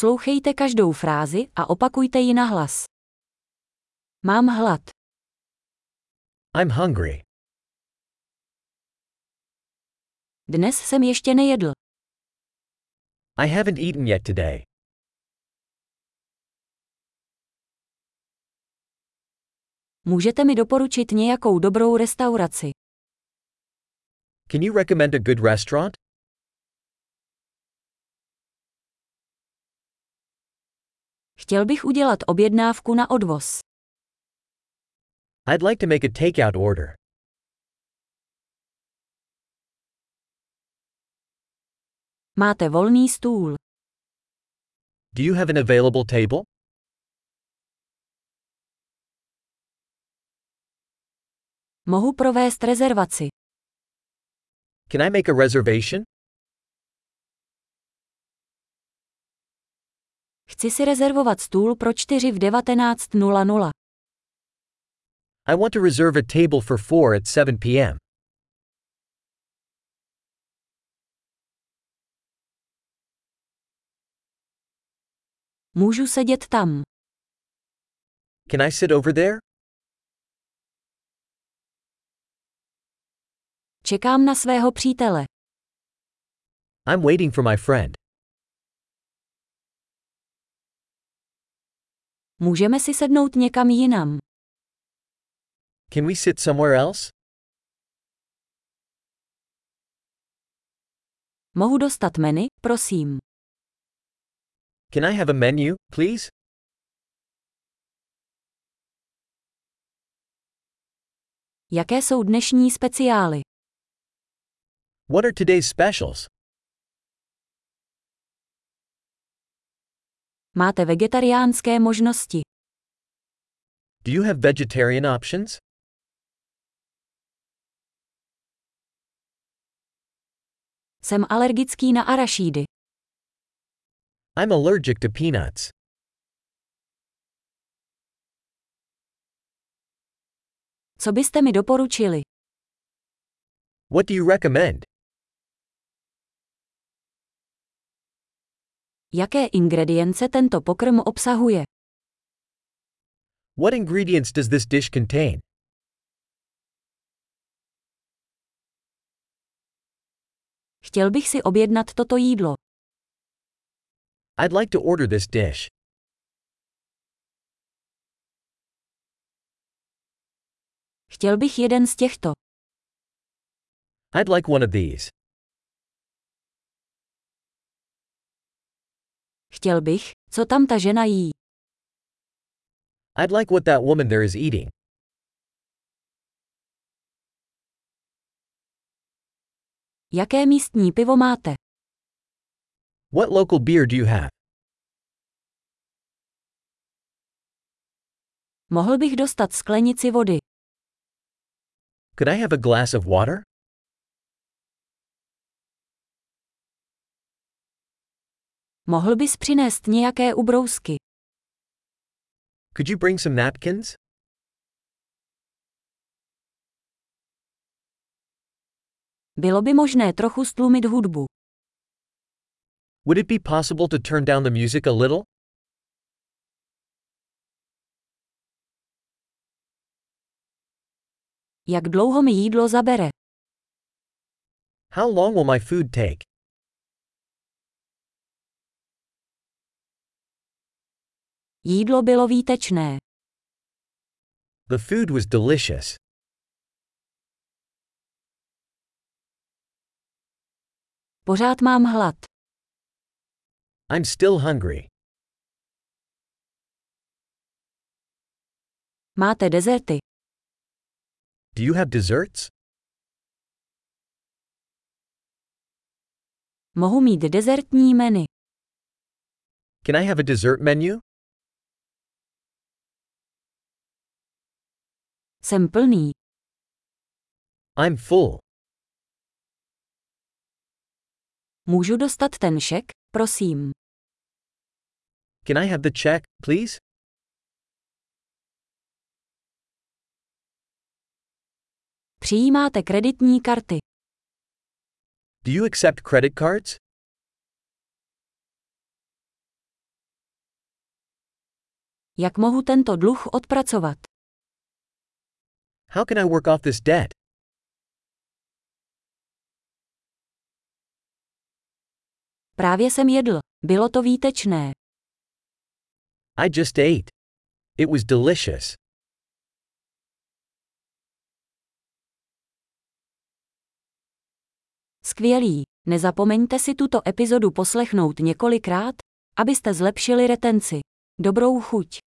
Poslouchejte každou frázi a opakujte ji na hlas. Mám hlad. I'm hungry. Dnes jsem ještě nejedl. I haven't eaten yet today. Můžete mi doporučit nějakou dobrou restauraci. Can you recommend a good restaurant? Chtěl bych udělat objednávku na odvoz. I'd like to make a takeout order. Máte volný stůl. Do you have an available table? Mohu provést rezervaci. Can I make a reservation? Chci si rezervovat stůl pro 4 v 19.00. I want to reserve a table for 4 at 7 p.m. Můžu sedět tam. Can I sit over there? Čekám na svého přítele. I'm waiting for my friend. Můžeme si sednout někam jinam. Can we sit somewhere else? Mohu dostat menu, prosím. Can I have a menu, please? Jaké jsou dnešní speciály? What are today's specials? Máte vegetariánské možnosti. Do you have vegetarian options? Jsem alergický na arašídy. I'm allergic to peanuts. Co byste mi doporučili? What do you recommend? Jaké ingredience tento pokrm obsahuje? What ingredients does this dish contain? Chtěl bych si objednat toto jídlo. I'd like to order this dish. Chtěl bych jeden z těchto. I'd like one of these. Chtěl bych, co tam ta žena jí. I'd like what that woman there is eating. Jaké místní pivo máte? What local beer do you have? Mohl bych dostat sklenici vody. Could I have a glass of water? Mohl bys přinést nějaké ubrousky. Could you bring some napkins? Bylo by možné trochu stlumit hudbu. Would it be possible to turn down the music a little? Jak dlouho mi jídlo zabere? How long will my food take? Jídlo bylo výtečné. The food was delicious. Pořád mám hlad. I'm still hungry. Máte dezerty. Do you have desserts? Mohu mít dezertní menu. Can I have a dessert menu? Jsem plný. I'm full. Můžu dostat ten šek, prosím. Can I have the check, please? Přijímáte kreditní karty. Do you accept credit cards? Jak mohu tento dluh odpracovat? How can I work off this debt? Právě jsem jedl. Bylo to výtečné. I just ate. It was delicious. Skvělý. Nezapomeňte si tuto epizodu poslechnout několikrát, abyste zlepšili retenci. Dobrou chuť.